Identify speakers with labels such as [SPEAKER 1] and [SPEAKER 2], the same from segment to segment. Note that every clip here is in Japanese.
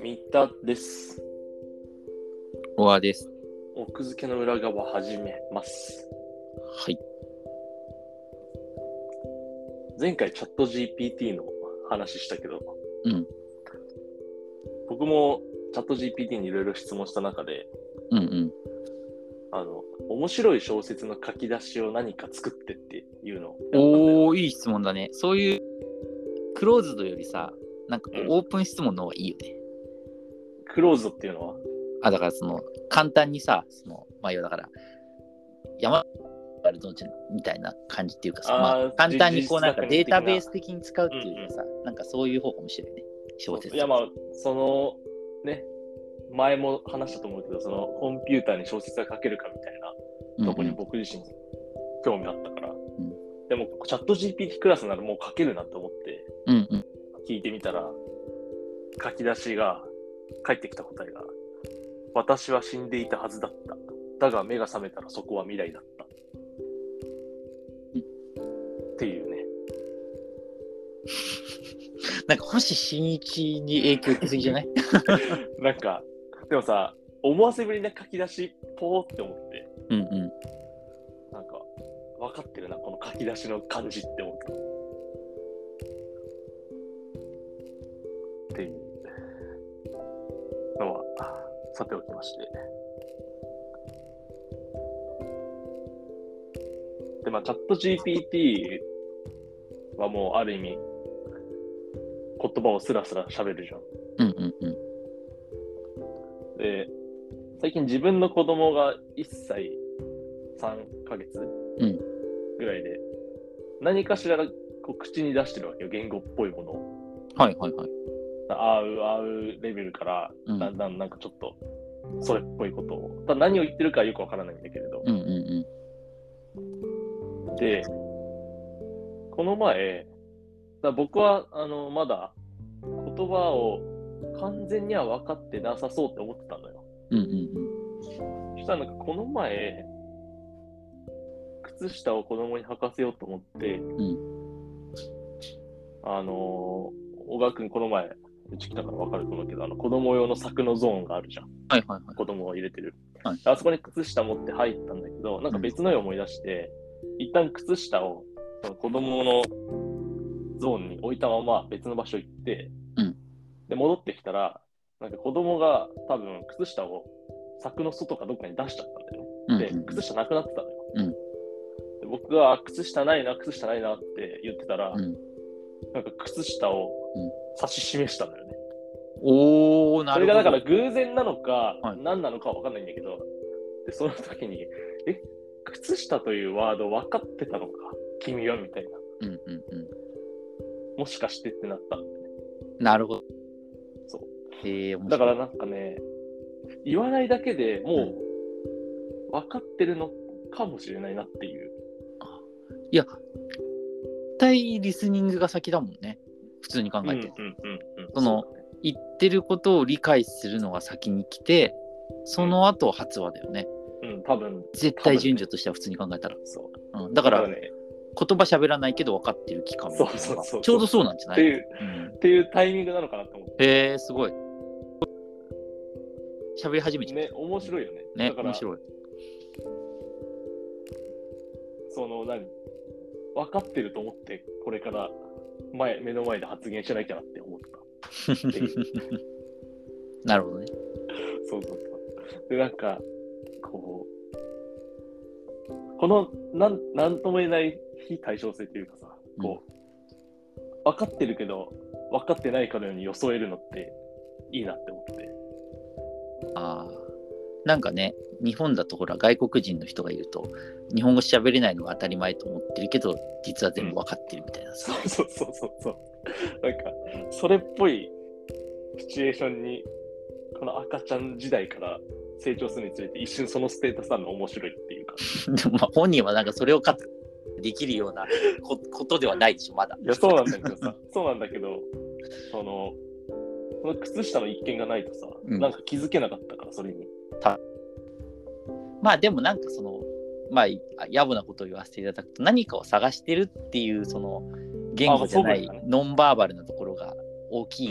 [SPEAKER 1] 三田です。
[SPEAKER 2] オアです。
[SPEAKER 1] 奥付けの裏側始めます。
[SPEAKER 2] はい。
[SPEAKER 1] 前回チャット GPT の話したけど、
[SPEAKER 2] うん。
[SPEAKER 1] 僕もチャット GPT にいろいろ質問した中で、
[SPEAKER 2] うんうん。
[SPEAKER 1] あの、面白い小説の書き出しを何か作ってっていうのをやったんだよ。
[SPEAKER 2] おー、いい質問だね。そういう、クローズドよりさ、なんかこ
[SPEAKER 1] う
[SPEAKER 2] うんオープン質問の方がいいよね。
[SPEAKER 1] クローズドっていうのは
[SPEAKER 2] あ、だからその、簡単にさ、その、まあ要はだから、山あるどんちゃんみたいな感じっていうか
[SPEAKER 1] あ
[SPEAKER 2] さ、
[SPEAKER 1] ー
[SPEAKER 2] まあ簡単にこう
[SPEAKER 1] じ
[SPEAKER 2] なんか
[SPEAKER 1] 実作的
[SPEAKER 2] デー
[SPEAKER 1] な
[SPEAKER 2] タベース的に使うっていうよりさ、なんかそういう方かもしれないね。小説。
[SPEAKER 1] いやまあそのね前も話したと思うけどそのコンピューターに小説が書けるかみたいな
[SPEAKER 2] うんうん、
[SPEAKER 1] とこに僕自身興味あったから、
[SPEAKER 2] ん
[SPEAKER 1] でもチャット GPT クラスならもう書けるなと思って
[SPEAKER 2] うんうん。
[SPEAKER 1] 聞いてみたら書き出しが返ってきた答えが「私は死んでいたはずだった」「だが目が覚めたらそこは未来だった」っていうね
[SPEAKER 2] なんか星新一に影響受けすぎじゃない
[SPEAKER 1] なんかでもさ思わせぶりな書き出しポーって思って。
[SPEAKER 2] うんうん。
[SPEAKER 1] なんか、分かってるな、この書き出しの感じって思った。っていうのは、さておきまして。で、まあ、チャット GPT はもう、ある意味、言葉をスラスラ喋るじゃん。
[SPEAKER 2] うんうんうん。
[SPEAKER 1] で、最近自分の子供が1歳3ヶ月
[SPEAKER 2] うん
[SPEAKER 1] ぐらいで、何かしらこう口に出してるわけよ、言語っぽいものを。
[SPEAKER 2] はいはいはい。
[SPEAKER 1] あう、あうレベルから、
[SPEAKER 2] うん
[SPEAKER 1] だんだんなんかちょっと、それっぽいことを。ただ何を言ってるかはよくわからないんだけれど。
[SPEAKER 2] うんうんうん。
[SPEAKER 1] で、この前、だ僕はあのまだ言葉を完全には分かってなさそうって思ってたのよ。
[SPEAKER 2] うんうんうん。
[SPEAKER 1] そしたらなんかこの前、靴下を子供に履かせようと思って、
[SPEAKER 2] ん
[SPEAKER 1] あのー、小川君この前、うち来たから分かると思うけど、あの子供用の柵のゾーンがあるじゃん。
[SPEAKER 2] はいはいはい。
[SPEAKER 1] 子供を入れてる。
[SPEAKER 2] はい
[SPEAKER 1] あそこに靴下持って入ったんだけど、なんか別の絵を思い出して、一旦靴下をその子供のゾーンに置いたまま別の場所行って、
[SPEAKER 2] うん
[SPEAKER 1] で、戻ってきたら、なんか子供が多分靴下を柵の外かどっかに出しちゃったんだよね。
[SPEAKER 2] うん
[SPEAKER 1] で
[SPEAKER 2] う、ん
[SPEAKER 1] 靴下なくなってたのよ。
[SPEAKER 2] うん
[SPEAKER 1] で僕があ靴下ないな、靴下ないなって言ってたら、
[SPEAKER 2] うん
[SPEAKER 1] なんか靴下を
[SPEAKER 2] うん
[SPEAKER 1] 指し示したのよね。
[SPEAKER 2] おー、な
[SPEAKER 1] そ
[SPEAKER 2] る
[SPEAKER 1] れ
[SPEAKER 2] ほ
[SPEAKER 1] が
[SPEAKER 2] ど。
[SPEAKER 1] だから偶然なのか、
[SPEAKER 2] はい
[SPEAKER 1] 何なのかわかんないんだけど、でその時に、え、靴下というワード分かってたのか、君はみたいな。
[SPEAKER 2] うんうんうん。
[SPEAKER 1] もしかしてってなったんだよね。
[SPEAKER 2] なるほど。。
[SPEAKER 1] そう
[SPEAKER 2] えー、面白い
[SPEAKER 1] だから、なんかね、言わないだけでもう分かってるのかもしれないなっていう。
[SPEAKER 2] いや、絶対リスニングが先だもんね。普通に考えて。
[SPEAKER 1] うん
[SPEAKER 2] その言ってることを理解するのが先に来て、その後発話だよね。
[SPEAKER 1] うん、多分、
[SPEAKER 2] 絶対順序としては普通に考えたら。
[SPEAKER 1] そう。
[SPEAKER 2] うん、だから、
[SPEAKER 1] ね、
[SPEAKER 2] 言葉喋らないけど分かってる期間みたいなのが
[SPEAKER 1] そうそうそう
[SPEAKER 2] ちょうどそうなんじ
[SPEAKER 1] っ
[SPEAKER 2] ゃな
[SPEAKER 1] て
[SPEAKER 2] い、
[SPEAKER 1] いう、
[SPEAKER 2] うん、
[SPEAKER 1] っていうタイミングなのかなと思っ
[SPEAKER 2] えー、すごい。喋り始め
[SPEAKER 1] て。
[SPEAKER 2] ちゃっ
[SPEAKER 1] ね、面白いよね。
[SPEAKER 2] た。ね、
[SPEAKER 1] だから、
[SPEAKER 2] 面
[SPEAKER 1] そ
[SPEAKER 2] 白い。
[SPEAKER 1] の、何分かってると思って、これから前、目の前で発言しなきゃなって思った。てい
[SPEAKER 2] なるほどね。
[SPEAKER 1] そうそうそう。で、なんか、こう、この、なん、なんとも言えない非対称性というかさ、こう、分かってるけど、分かってないかのように装えるのって、いいなって思って。
[SPEAKER 2] ああ。なんかね、日本だとほら、外国人の人がいると、日本語喋れないのが当たり前と思ってるけど、実は全部分かってるみたいなさ。
[SPEAKER 1] そうそうそうそうそう。なんか、それっぽいシチュエーションに、この赤ちゃん時代から成長するにつれて、一瞬そのステータスなの面白いっていうか。
[SPEAKER 2] でもまあ本人はなんかそれを活用できるようなこことではないでしょ、まだ。
[SPEAKER 1] いや、そうなんだけどさ、 そうなんだけど、その、その靴下の一件がないとさ、
[SPEAKER 2] うん
[SPEAKER 1] なんか気づけなかったから、それに。
[SPEAKER 2] まあでもなんかその、まあい野暮なことを言わせていただくと何かを探してるっていうその言語じゃな
[SPEAKER 1] あそう
[SPEAKER 2] い
[SPEAKER 1] なんだね
[SPEAKER 2] ノンバーバルなところが大き
[SPEAKER 1] う
[SPEAKER 2] い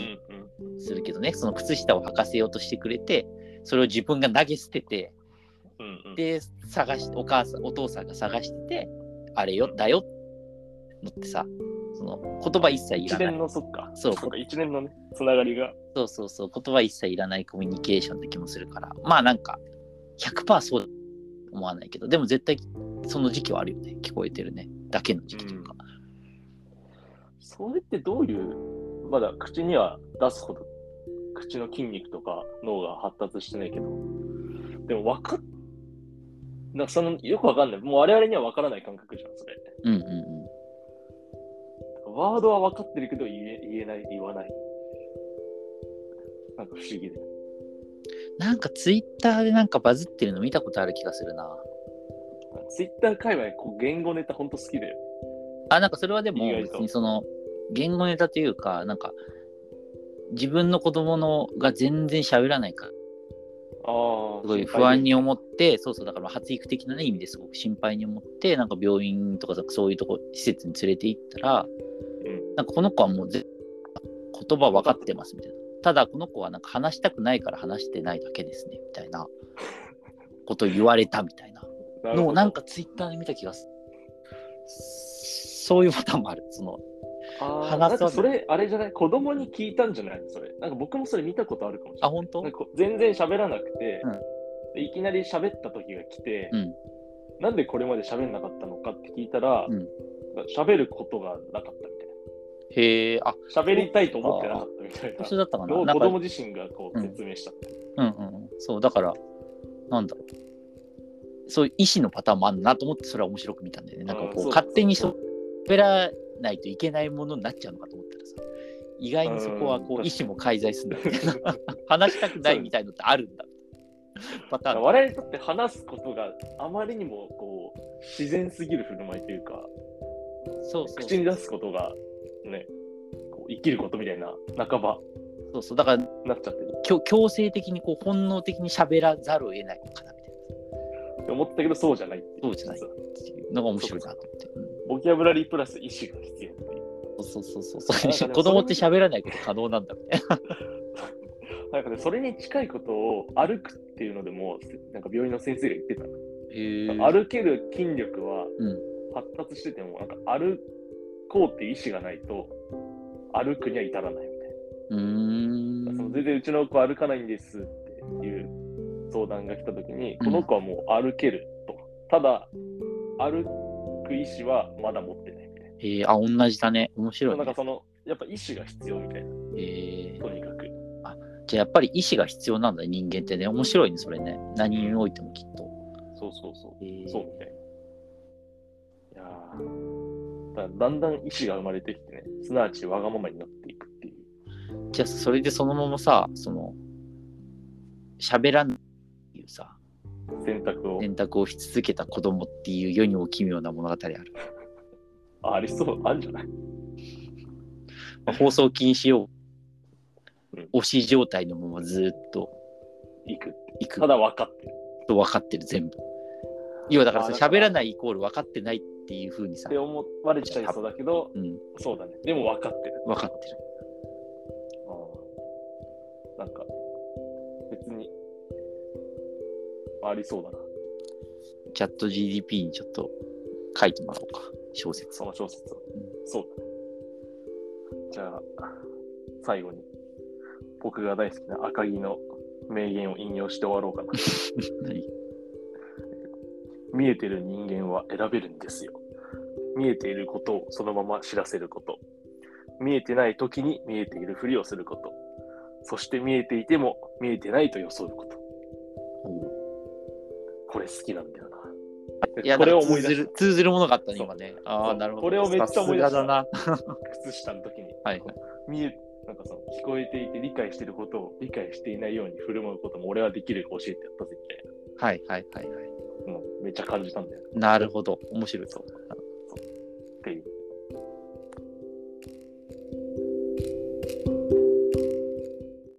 [SPEAKER 1] んうん
[SPEAKER 2] するけどね、その靴下を履かせようとしてくれてそれを自分が投げ捨てて
[SPEAKER 1] うんうん
[SPEAKER 2] で探しお母さんお父さんが探しててあれよだよのってさその言葉一切い
[SPEAKER 1] 一
[SPEAKER 2] らない
[SPEAKER 1] 年のそっか
[SPEAKER 2] そう
[SPEAKER 1] そっか一年のねつながりが
[SPEAKER 2] そうそうそう言葉一切いらないコミュニケーションって気もするからまあなんか100%そうだと思わないけどでも絶対その時期はあるよね聞こえてるねだけの時期というか、
[SPEAKER 1] それってどういうまだ口には出すほど口の筋肉とか脳が発達してないけどでも分かっなんかそのよくわかんないもう我々には分からない感覚じゃんそれ
[SPEAKER 2] うん、うんうん
[SPEAKER 1] ワードは分かってるけど言え言えない言わないなんか不思議で
[SPEAKER 2] なんかツイッターでなんかバズってるの見たことある気がするな
[SPEAKER 1] ツイッター界隈こう言語ネタほんと好きだよ
[SPEAKER 2] あなんかそれはでも
[SPEAKER 1] 意外
[SPEAKER 2] 別
[SPEAKER 1] と
[SPEAKER 2] にその言語ネタというかなんか自分の子供のが全然喋らないから
[SPEAKER 1] ああ
[SPEAKER 2] すごい不安に思って、そうそう、だから発育的な、ね、意味ですごく心配に思って、なんか病院とかそういうとこ、施設に連れて行ったら、
[SPEAKER 1] うん
[SPEAKER 2] なんかこの子はもうぜ言葉分かってますみたいな。ただこの子はなんか話したくないから話してないだけですねみたいなことを言われたみたいなのをなんかツイッターで見た気がする。そういうパターンもある。その
[SPEAKER 1] あーな
[SPEAKER 2] 話
[SPEAKER 1] ん
[SPEAKER 2] さない
[SPEAKER 1] かそれあれじゃない子供に聞いたんじゃないそれなんか僕もそれ見たことあるかもしれない
[SPEAKER 2] あ、本当
[SPEAKER 1] なんかこう全然喋らなくて、いきなり喋った時が来て、
[SPEAKER 2] うん
[SPEAKER 1] なんでこれまで喋んなかったのかって聞いたら
[SPEAKER 2] うん、
[SPEAKER 1] 喋、ることがなかったみ
[SPEAKER 2] へえ、あ、
[SPEAKER 1] たいな。喋りたいと思ってなかったみたい
[SPEAKER 2] 一緒
[SPEAKER 1] な。
[SPEAKER 2] だったかな。
[SPEAKER 1] の
[SPEAKER 2] な
[SPEAKER 1] を
[SPEAKER 2] ん
[SPEAKER 1] 子
[SPEAKER 2] か
[SPEAKER 1] 供自身がこう
[SPEAKER 2] うん
[SPEAKER 1] 説明した。
[SPEAKER 2] うんうん、そうだからなんだろうそういう意思のパターンもあるなと思ってそれは面白く見たんだよねなんか
[SPEAKER 1] あー
[SPEAKER 2] こう
[SPEAKER 1] そう
[SPEAKER 2] 勝手にしゃべらないといけないものになっちゃうのかと思ったらさ意外にそこはこ
[SPEAKER 1] う
[SPEAKER 2] うん意思も介在するんだみたいな 話したくないみたいのってあるんだパターン
[SPEAKER 1] 我々にとって話すことがあまりにもこう自然すぎる振る舞いというか、
[SPEAKER 2] そうそう
[SPEAKER 1] 口に出すことがね、こう生きることみたいな半ば
[SPEAKER 2] そうそうだから
[SPEAKER 1] なっちゃってる
[SPEAKER 2] 強強制的にこう本能的に喋らざるを得ないのかなみたいな
[SPEAKER 1] って思ったけどそうじゃないってい
[SPEAKER 2] そうじゃない
[SPEAKER 1] 実は
[SPEAKER 2] っていうのが面白いなと思って。うん
[SPEAKER 1] ボキャブラリープラス意思が必要っていう。
[SPEAKER 2] そうそうそ
[SPEAKER 1] な
[SPEAKER 2] う
[SPEAKER 1] んか
[SPEAKER 2] そ
[SPEAKER 1] ね
[SPEAKER 2] う子供って喋らないこと可能なんだみたいな。
[SPEAKER 1] なんかね、それに近いことを歩くっていうのでも、せなんか病院の先生が言ってた。
[SPEAKER 2] へー
[SPEAKER 1] 歩ける筋力は
[SPEAKER 2] うん
[SPEAKER 1] 発達してても、なんか歩こうっていう意思がないと、歩くには至らないみたいな。
[SPEAKER 2] うーん
[SPEAKER 1] その全然うちの子歩かないんですっていう相談が来た時に、
[SPEAKER 2] うん
[SPEAKER 1] この子はもう歩けると。ただ、歩く意思はまだ持ってないみたいな。
[SPEAKER 2] えー、あ、同じだね。面白い、
[SPEAKER 1] なんか
[SPEAKER 2] ね。
[SPEAKER 1] その、やっぱ意思が必要みたいな、
[SPEAKER 2] えー
[SPEAKER 1] とにかく。
[SPEAKER 2] じゃあやっぱり意志が必要なんだね、人間ってね。面白いね、それね。何においてもきっと。
[SPEAKER 1] そうそうそう。
[SPEAKER 2] えー
[SPEAKER 1] そうみたいな。いやーだからだんだん意志が生まれてきてね、すなわちわがままになっていくっていう。
[SPEAKER 2] じゃあそれでそのままさ、その、喋らないっていうさ、
[SPEAKER 1] 選択を、
[SPEAKER 2] 選択をし続けた子供っていう世にも奇妙な物語ある。
[SPEAKER 1] あありそう、あるんじゃない
[SPEAKER 2] まあ放送禁止を
[SPEAKER 1] うん、
[SPEAKER 2] 推し状態のままずっと
[SPEAKER 1] いく。
[SPEAKER 2] 行く
[SPEAKER 1] ただ分かってる。
[SPEAKER 2] と分かってる、全部。要はだから
[SPEAKER 1] あ
[SPEAKER 2] さ、
[SPEAKER 1] だから
[SPEAKER 2] 喋らないイコール分かってないっていうふうにさ
[SPEAKER 1] って、思われちゃいそうだけど、
[SPEAKER 2] うん、
[SPEAKER 1] そうだね。でも分かってる。
[SPEAKER 2] 分かってる。
[SPEAKER 1] あーなんか、別に、ありそうだな、
[SPEAKER 2] チャット GDP にちょっと書いてもらおうか、小説。
[SPEAKER 1] その小説を
[SPEAKER 2] うん。
[SPEAKER 1] そうだね。じゃあ、最後に、僕が大好きな赤木の名言を引用して終わろうかな。
[SPEAKER 2] 何
[SPEAKER 1] 見えてる人間は選べるんですよ。見えていることをそのまま知らせること。見えてない時に見えているふりをすること。そして見えていても見えてないと装うこと。これ好きなんだよな。
[SPEAKER 2] いや、
[SPEAKER 1] こ
[SPEAKER 2] こ
[SPEAKER 1] れ
[SPEAKER 2] れ
[SPEAKER 1] を
[SPEAKER 2] を
[SPEAKER 1] 思
[SPEAKER 2] 思
[SPEAKER 1] い
[SPEAKER 2] い
[SPEAKER 1] 出
[SPEAKER 2] 出
[SPEAKER 1] した
[SPEAKER 2] す。通ずるものがあったね、
[SPEAKER 1] そう
[SPEAKER 2] 今ね。ああ、なるほど。
[SPEAKER 1] これをめっちゃ思い出した
[SPEAKER 2] さすがだな。
[SPEAKER 1] 靴下の時に。
[SPEAKER 2] はい。
[SPEAKER 1] 見えなんかその聞こえていて理解していることを理解していないように振る舞うことも俺はできるか教えてやったぜみたい
[SPEAKER 2] はいはいはいはい。
[SPEAKER 1] な。もうめっちゃ感じたんだよな
[SPEAKER 2] なるほど。面白いと。
[SPEAKER 1] っていう。